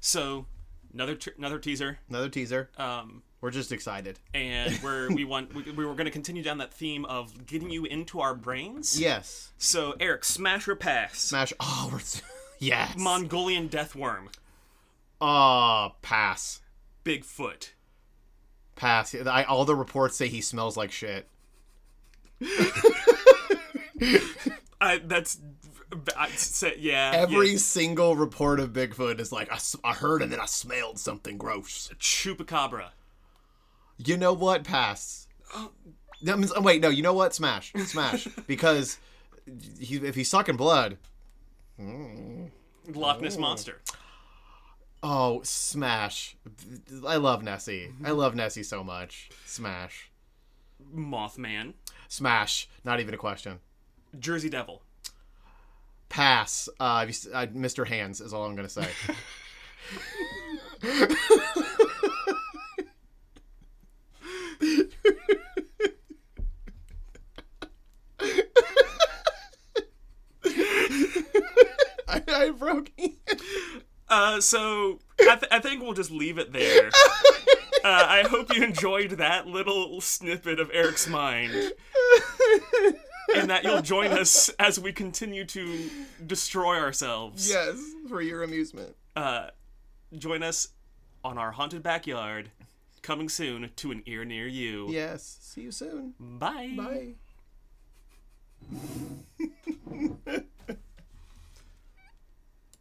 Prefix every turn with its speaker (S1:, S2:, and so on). S1: So another tr- another teaser.
S2: Another teaser.
S1: Um,
S2: We're just excited.
S1: and where we want we, we were going to continue down that theme of getting you into our brains.
S2: Yes.
S1: So Eric, smash or pass?
S2: Smash. Oh, we're. s- yes.
S1: Mongolian death worm,
S2: Ah, pass.
S1: Bigfoot.
S2: Pass. I, all the reports say he smells like shit.
S1: I that's I, said- yeah.
S2: Every
S1: yeah.
S2: single report of Bigfoot is like, I, s- I heard and then I smelled something gross.
S1: chupacabra.
S2: You know what? Pass. That means- oh, wait, no. You know what? Smash. Smash. because he, if he's sucking blood,
S1: Loch Ness monster.
S2: oh, smash. I love Nessie. I love Nessie so much. Smash.
S1: Mothman.
S2: Smash. Not even a question.
S1: Jersey Devil.
S2: Pass. Uh, have you s- uh, Mr. Hands is all I'm gonna say. I, I broke.
S1: Uh, so I, th- I think we'll just leave it there. Uh, I hope you enjoyed that little snippet of Eric's mind, and that you'll join us as we continue to destroy ourselves.
S2: yes, for your amusement.
S1: Uh, join us on our haunted backyard, coming soon to an ear near you.
S2: Yes. See you soon.
S1: Bye.
S2: Bye.